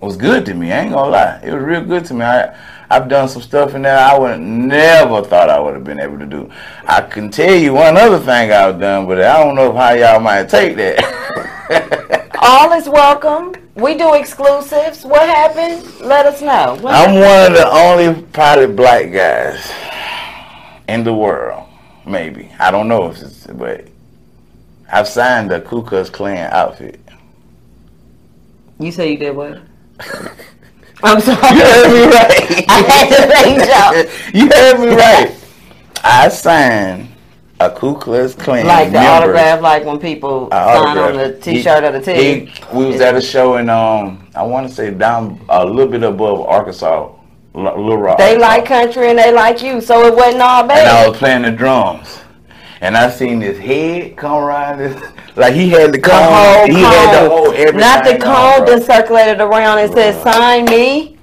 Speaker 2: was good to me. I ain't gonna lie, it was real good to me. I I've done some stuff in there I would never thought I would have been able to do. I can tell you one other thing I've done, but I don't know how y'all might take that. *laughs*
Speaker 1: All is welcome. We do exclusives. What happened? Let us know. What
Speaker 2: I'm one of the only probably black guys in the world, maybe. I don't know if it's, but I've signed the Ku Klux Klan outfit. *laughs*
Speaker 1: hap- you say you did what? I'm sorry.
Speaker 2: You heard me right.
Speaker 1: I had to think so.
Speaker 2: *laughs* You heard me right. I signed a Ku Klux
Speaker 1: *laughs*
Speaker 2: Klan
Speaker 1: Like the
Speaker 2: member-
Speaker 1: autograph, like when people
Speaker 2: a
Speaker 1: sign on
Speaker 2: autograph.
Speaker 1: the T-shirt
Speaker 2: He-
Speaker 1: or the tee.
Speaker 2: he- we was at a show in um, I want to say down a little bit above Arkansas, L- Little Rock.
Speaker 1: They
Speaker 2: Arkansas.
Speaker 1: like country and they like you, so it wasn't all
Speaker 2: and I
Speaker 1: bad.
Speaker 2: was playing the drums. And I seen his head come around this, *laughs* like he had the
Speaker 1: The
Speaker 2: cone,
Speaker 1: whole
Speaker 2: he
Speaker 1: cone,
Speaker 2: had the whole everything.
Speaker 1: not the
Speaker 2: on,
Speaker 1: cone
Speaker 2: bro.
Speaker 1: that circulated around and said, "Sign me."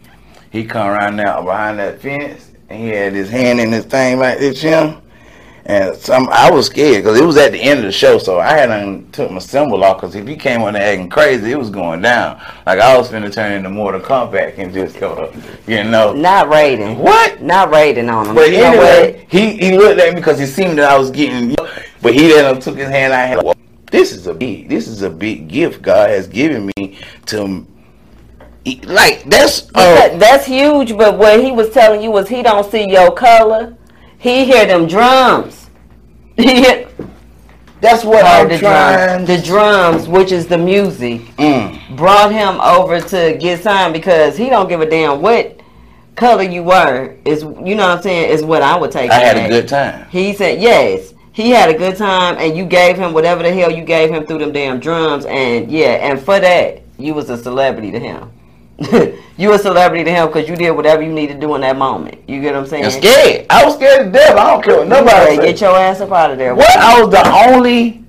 Speaker 2: He come around now behind that fence, and he had his hand in his thing like this, you know. And some, I was scared because it was at the end of the show, so I hadn't took my symbol off. Because if he came on there acting crazy, it was going down. Like I was finna turn into Mortal Kombat and just go, you know,
Speaker 1: Not raiding,
Speaker 2: what?
Speaker 1: not raiding on them.
Speaker 2: But
Speaker 1: you know what?
Speaker 2: anyway, he, he looked at me because he seen that I was getting, but he then took his hand. I had, well, this is a big, this is a big gift God has given me to, e, like that's uh,
Speaker 1: That- that's huge. But what he was telling you was he don't see your color. He hear them drums. *laughs* He hear
Speaker 2: that's what
Speaker 1: Oh,
Speaker 2: I'm
Speaker 1: the
Speaker 2: trying.
Speaker 1: drums. The drums, which is the music,
Speaker 2: Mm.
Speaker 1: brought him over to get signed because he don't give a damn what color you were. Is you know what I'm saying? Is what I would take.
Speaker 2: I had
Speaker 1: it
Speaker 2: a
Speaker 1: at.
Speaker 2: good time.
Speaker 1: He said yes. He had a good time, and you gave him whatever the hell you gave him through them damn drums, and yeah, and for that, you was a celebrity to him. *laughs* you a celebrity to him because you did whatever you needed to do in that moment. You get what I'm saying?
Speaker 2: And scared. I was scared to death. I don't care what nobody
Speaker 1: Yeah,
Speaker 2: say.
Speaker 1: get your ass up out of there.
Speaker 2: What? I was the only.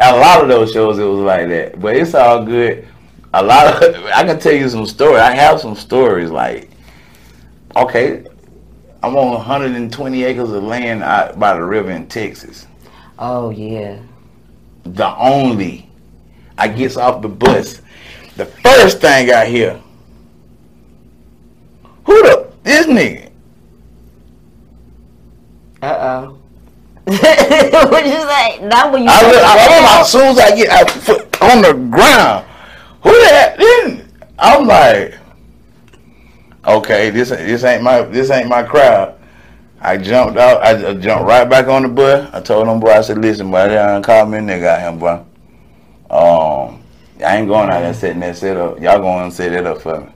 Speaker 2: At a lot of those shows, it was like that, but it's all good. A lot of *laughs* I can tell you some stories. I have some stories like, okay, I'm on 120 acres of land out by the river in Texas.
Speaker 1: Oh yeah.
Speaker 2: The only I gets off the bus, the first thing I hear, who the this nigga?
Speaker 1: Uh *laughs* oh. what you say? Not when you.
Speaker 2: I look, I,
Speaker 1: Damn.
Speaker 2: I'm like, as soon as I get I foot on the ground, who that? Then I'm like, okay, this this ain't my this ain't my crowd. I jumped out. I, I jumped right back on the bus. I told him, boy, I said, listen, boy, they done called me a nigga out here, boy. Um, I ain't going out there setting that set up. Y'all going and set it up for me.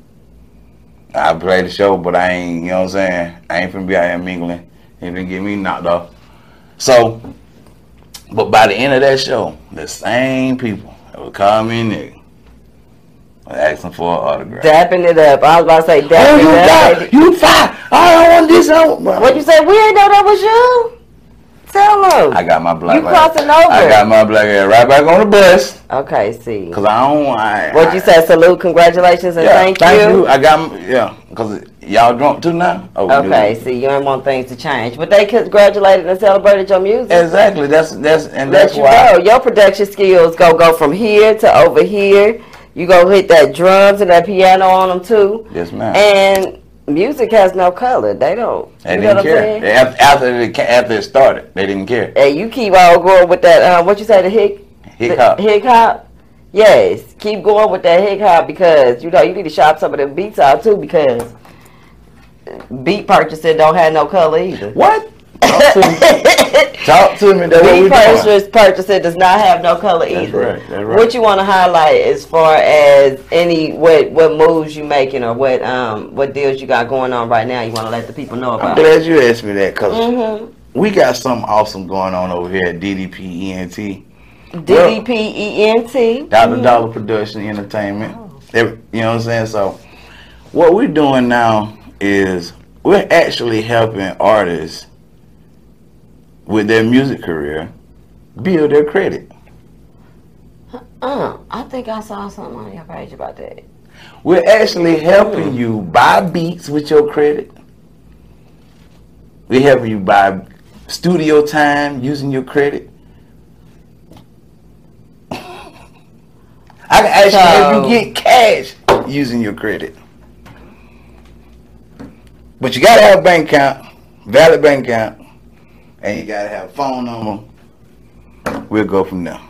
Speaker 2: I play the show, but I ain't, you know what I'm saying? I ain't finna be out here mingling. Ain't finna get me knocked off. So, but by the end of that show, the same people that would call me a nigga would ask them for an autograph.
Speaker 1: dapping it up. I was about to say
Speaker 2: oh,
Speaker 1: dapping
Speaker 2: you
Speaker 1: it up.
Speaker 2: got, you fine. I don't want this. I don't want.
Speaker 1: What you say? We ain't know that was you. Tell them.
Speaker 2: I got my black.
Speaker 1: You
Speaker 2: ass.
Speaker 1: crossing over.
Speaker 2: I got my black ass right back on the bus
Speaker 1: Okay, see.
Speaker 2: because I don't. I,
Speaker 1: What you
Speaker 2: I-
Speaker 1: said? Salute, congratulations, and
Speaker 2: Yeah,
Speaker 1: thank,
Speaker 2: you.
Speaker 1: you.
Speaker 2: I got m- yeah, cause y'all drunk too now. Oh, no.
Speaker 1: Okay, see, you don't want things to change, but they congratulated and celebrated your music.
Speaker 2: Exactly. That's that's and
Speaker 1: Let
Speaker 2: that's
Speaker 1: you
Speaker 2: why.
Speaker 1: go. Your production skills go go from here to over here. You go hit that drums and that piano on them too.
Speaker 2: Yes, ma'am.
Speaker 1: And music has no color. They don't.
Speaker 2: they
Speaker 1: you know what
Speaker 2: didn't
Speaker 1: I'm
Speaker 2: care.
Speaker 1: saying?
Speaker 2: They, af- after it, ca- after it started, they didn't care.
Speaker 1: And you keep on going with that. Uh, what you say? The hick.
Speaker 2: Hip hop.
Speaker 1: The hip hop. Yes, keep going with that hip hop because you know you need to shop some of them beats out too because beat purchasing don't have no color either.
Speaker 2: What? Talk to me. *laughs*
Speaker 1: *laughs*
Speaker 2: Talk to me. That's what
Speaker 1: Beat
Speaker 2: we doing.
Speaker 1: purchase, purchasing does not have no color
Speaker 2: That's
Speaker 1: either.
Speaker 2: right. That's right.
Speaker 1: What you want to highlight as far as any what what moves you making or what um what deals you got going on right now? You want to let the people know
Speaker 2: I'm
Speaker 1: about.
Speaker 2: glad you asked me that because
Speaker 1: Mm-hmm.
Speaker 2: we got something awesome going on over here at E DDPENT,
Speaker 1: DDP E ENT.
Speaker 2: Dollar Dollar Production Entertainment. Every- you know what I'm saying? So, what we're doing now is we're actually helping artists with their music career build their credit.
Speaker 1: Uh, I think I saw something on your page about that.
Speaker 2: We're actually helping you buy beats with your credit. We're helping you buy studio time using your credit. I can actually help you
Speaker 1: So-
Speaker 2: get cash using your credit. But you gotta have a bank account, valid bank account, and you gotta have a phone number. We'll go from there.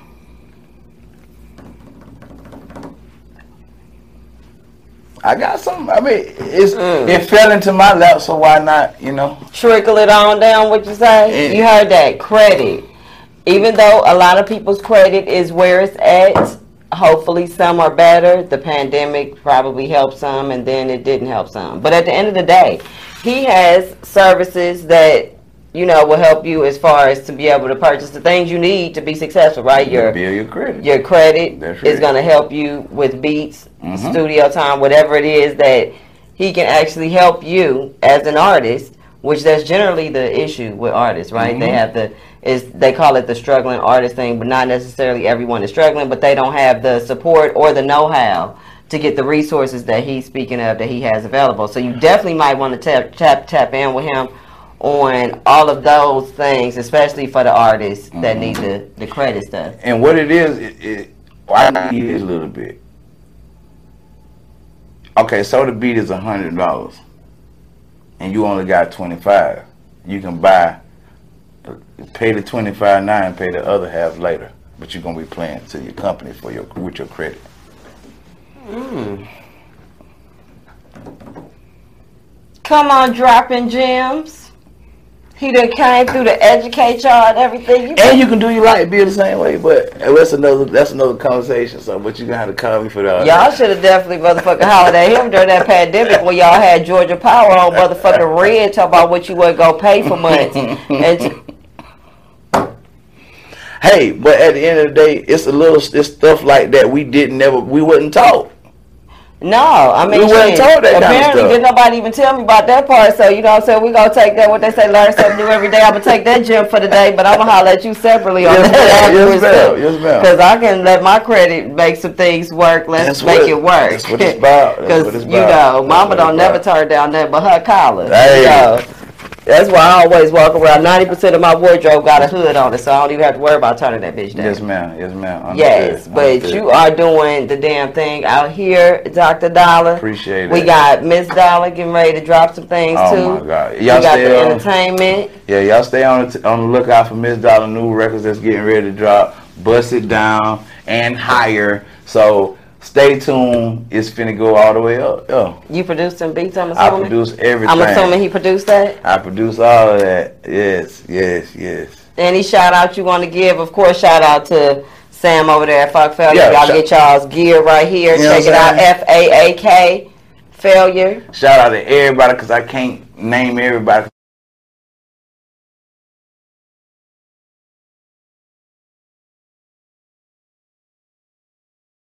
Speaker 2: I got some. I mean, it's
Speaker 1: Mm.
Speaker 2: it fell into my lap, so why not? You know,
Speaker 1: trickle it on down what you say
Speaker 2: Yeah.
Speaker 1: you heard that credit even though a lot of people's credit is where it's at hopefully some are better the pandemic probably helped some and then it didn't help some but at the end of the day he has services that you know will help you as far as to be able to purchase the things you need to be successful right your
Speaker 2: build your credit.
Speaker 1: your credit
Speaker 2: That's
Speaker 1: is
Speaker 2: right.
Speaker 1: going to help you with beats,
Speaker 2: Mhm.
Speaker 1: studio time, whatever it is that he can actually help you as an artist, which that's generally the issue with artists, right? They
Speaker 2: Mhm.
Speaker 1: have the is they call it the struggling artist thing, but not necessarily everyone is struggling, but they don't have the support or the know-how to get the resources that he's speaking of that he has available. So
Speaker 2: Mm-hmm.
Speaker 1: you definitely might want to tap tap tap in with him on all of those things, especially for the artists
Speaker 2: Mm-hmm.
Speaker 1: that need the, the credit stuff.
Speaker 2: And what it is, it, it well, I need it a little bit. Okay, so the beat is a hundred dollars, and you only got twenty five. You can buy, pay the twenty five now and pay the other half later. But you're gonna be playing to your company for your with your credit.
Speaker 1: Come on, dropping gems. He done came through to educate y'all and everything. You
Speaker 2: And you can do your light bill the same way, but that's another that's another conversation. So, but you gonna have to call me for that.
Speaker 1: y'all should have definitely motherfucking holiday him during that pandemic when y'all had Georgia Power on motherfucking red talking about what you wasn't gonna pay for months. And
Speaker 2: *laughs*
Speaker 1: t-
Speaker 2: Hey, but at the end of the day, it's a little it's stuff like that we didn't never we wasn't taught.
Speaker 1: no, I mean
Speaker 2: We wasn't
Speaker 1: shit,
Speaker 2: told that kind of
Speaker 1: apparently
Speaker 2: stuff.
Speaker 1: didn't nobody even tell me about that part. So you know what I'm saying, we gonna take that what they say, learn something new every day. I'm gonna take that gem for the day, but I'm gonna holler at you separately on
Speaker 2: Yes,
Speaker 1: that
Speaker 2: ma'am.
Speaker 1: afterwards.
Speaker 2: Yes, ma'am. Yes, ma'am.
Speaker 1: Because I can let my credit make some things work. Let's
Speaker 2: That's
Speaker 1: make
Speaker 2: what-
Speaker 1: it work.
Speaker 2: that's
Speaker 1: *laughs*
Speaker 2: what it's about. That's what
Speaker 1: Because
Speaker 2: it's
Speaker 1: you know,
Speaker 2: about. That's
Speaker 1: Mama
Speaker 2: what it's
Speaker 1: don't never
Speaker 2: about.
Speaker 1: turn down nothing but her collar.
Speaker 2: Hey.
Speaker 1: So, that's why I always walk around. Ninety percent of my wardrobe got a hood on it, so I don't even have to worry about turning that bitch down.
Speaker 2: Yes, ma'am. Yes, ma'am. Understood.
Speaker 1: Yes, but
Speaker 2: Understood.
Speaker 1: you are doing the damn thing out here, Dr. Dollar.
Speaker 2: appreciate it.
Speaker 1: We got Miss Dollar getting ready to drop some things
Speaker 2: Oh
Speaker 1: too.
Speaker 2: my God!
Speaker 1: We
Speaker 2: Y'all
Speaker 1: got the
Speaker 2: stay on.
Speaker 1: entertainment.
Speaker 2: Yeah, y'all stay on the, t- on the lookout for Miss Dollar new records that's getting ready to drop. Bust it down and higher. So stay tuned. It's finna go all the way up. Yeah,
Speaker 1: You produced some beats, I'm
Speaker 2: I
Speaker 1: assuming.
Speaker 2: produce everything.
Speaker 1: I'm assuming he produced that.
Speaker 2: I produce all of that. Yes, yes, yes.
Speaker 1: Any shout out you want to give? Of course, shout out to Sam over there at Fuck Failure.
Speaker 2: Yeah,
Speaker 1: y'all
Speaker 2: shout-
Speaker 1: get y'all's gear right here.
Speaker 2: You know
Speaker 1: Check
Speaker 2: what
Speaker 1: it out.
Speaker 2: I'm saying?
Speaker 1: F A A K Failure.
Speaker 2: Shout out to everybody because I can't name everybody.